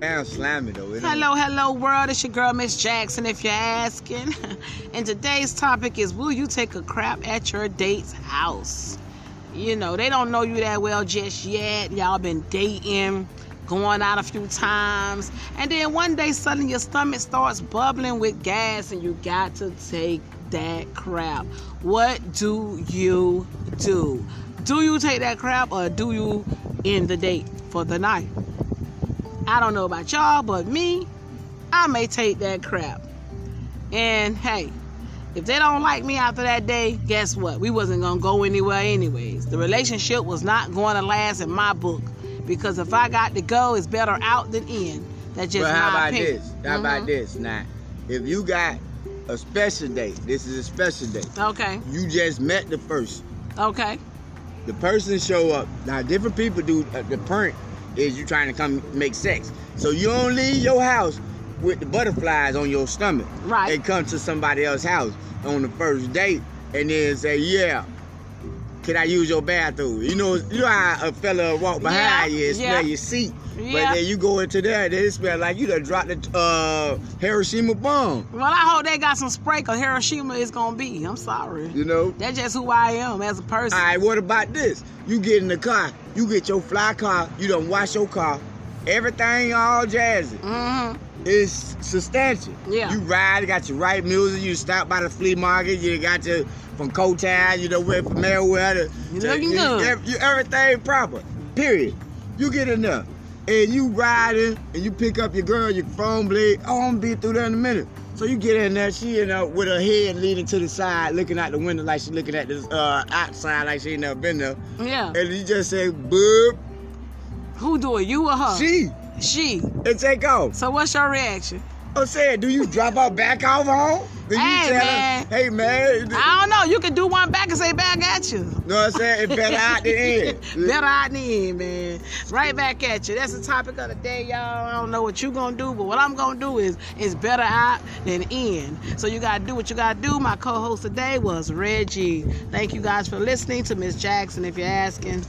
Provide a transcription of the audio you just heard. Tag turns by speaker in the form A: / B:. A: sound slimy though. It
B: Hello, hello world. It's your girl Miss Jackson, if you're asking. and today's topic is Will you take a crap at your date's house? You know, they don't know you that well just yet. Y'all been dating, going out a few times, and then one day suddenly your stomach starts bubbling with gas and you got to take that crap. What do you do? Do you take that crap or do you end the date for the night? I don't know about y'all, but me, I may take that crap. And hey, if they don't like me after that day, guess what? We wasn't gonna go anywhere anyways. The relationship was not going to last in my book because if I got to go, it's better out than in. That's just
A: But
B: my
A: how about
B: opinion. Mm-hmm.
A: this? How about this? Now, if you got a special date, this is a special date.
B: Mm-hmm. Okay,
A: You just met the person.
B: okay,
A: The person show up. Now, different people do. Uh, the point is you trying to come make sex. So you don't leave your house with the butterflies on your stomach.
B: Right.
A: And come to somebody else's house on the first date and then say, yeah. Can I use your bathroom? You know, you know how a fella walk behind
B: Yeah,
A: you and smell
B: yeah.
A: your seat,
B: Yeah.
A: but then you go into there and it smell like you done dropped the uh, Hiroshima bomb.
B: Well, I hope they got some spray because Hiroshima is gonna be. I'm sorry.
A: You know.
B: That's just who I am as a person.
A: All right, what about this? You get in the car, you get your fly car, you done wash your car, everything all jazzy.
B: hmm
A: It's substantial.
B: Yeah.
A: You ride, got your right music, you stop by the flea market, you got your from Cotown, you know, went from Meriwether.
B: You
A: to-
B: looking
A: you-
B: good.
A: ev- You, everything proper, period. You get in there, and you riding, and you pick up your girl, your phone blade, oh, I'm gonna be through there in a minute. So you get in there, she in there with her head leaning to the side, looking out the window like she looking at this uh, outside like she ain't never been there.
B: Yeah.
A: And you just say, boo,
B: Who do it? You or her?
A: she,
B: She.
A: and take off.
B: So what's your reaction?
A: I'm saying, do you drop her back off home? Do you
B: Hey,
A: tell
B: man.
A: her, hey man?
B: I don't know. You can do one back and say back at you.
A: know what I'm saying? It better out than in.
B: Better out than in, man. Right back at you. That's the topic of the day, y'all. I don't know what you gonna do, but what I'm gonna do is is better out than in. So you gotta do what you gotta do. My co-host today was Reggie. Thank you guys for listening to Miss Jackson. If you're asking.